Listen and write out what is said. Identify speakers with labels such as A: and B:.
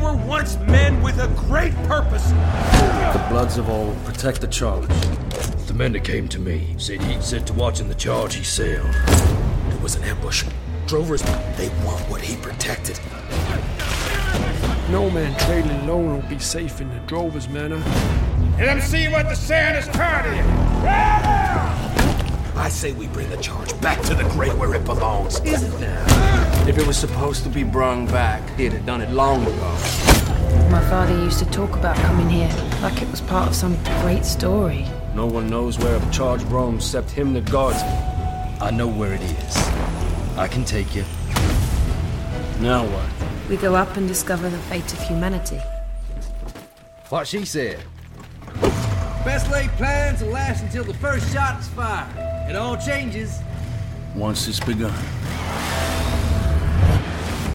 A: were once men with a great purpose.
B: The Bloods of old protect the charge.
C: The men that came to me said he said to watch in the charge he sailed.
D: It was an ambush. Drovers, they want what he protected.
E: No man trailing alone will be safe in the drover's manor.
F: Let them see what the sand is tired of.
D: I say we bring the charge back to the grave where it belongs.
G: Is it now? If it was supposed to be brung back, he'd have done it long ago.
H: My father used to talk about coming here like it was part of some great story.
B: No one knows where a charge roams except him that guards it.
C: I know where it is. I can take you.
B: Now what?
H: We go up and discover the fate of humanity.
C: What she said.
G: Best laid plans will last until the first shot is fired. It all changes.
B: Once it's begun.